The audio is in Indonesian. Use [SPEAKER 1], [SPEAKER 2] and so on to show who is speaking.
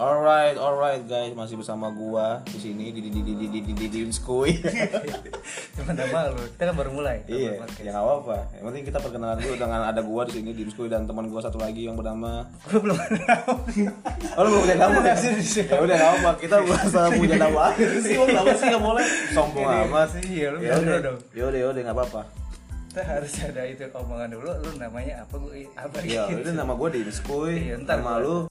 [SPEAKER 1] Alright, alright guys, masih bersama gua di sini di di di di di di di di di Skuy.
[SPEAKER 2] Cuma udah malu, kita kan baru mulai. kita baru
[SPEAKER 1] Iya,
[SPEAKER 2] podcast.
[SPEAKER 1] ya nggak apa-apa. Yang penting kita perkenalan dulu dengan ada gua di sini di Skuy dan teman gua satu lagi yang bernama
[SPEAKER 2] Gue belum ada.
[SPEAKER 1] Oh, lu belum punya nama ya? Ya udah nggak apa, kita bahasa punya nama aja sih, mau nama sih nggak boleh. Sombong
[SPEAKER 2] Ini,
[SPEAKER 1] amat.
[SPEAKER 2] iya,
[SPEAKER 1] Ya
[SPEAKER 2] lu bilang
[SPEAKER 1] udah,
[SPEAKER 2] dulu dong.
[SPEAKER 1] ya udah, ya udah nggak apa-apa.
[SPEAKER 2] Kita harus ada itu omongan dulu. Lu namanya apa? Gue apa?
[SPEAKER 1] Iya,
[SPEAKER 2] gitu.
[SPEAKER 1] itu nama gua di Skuy,
[SPEAKER 2] Iya, ntar
[SPEAKER 1] nama
[SPEAKER 2] gua-
[SPEAKER 1] lu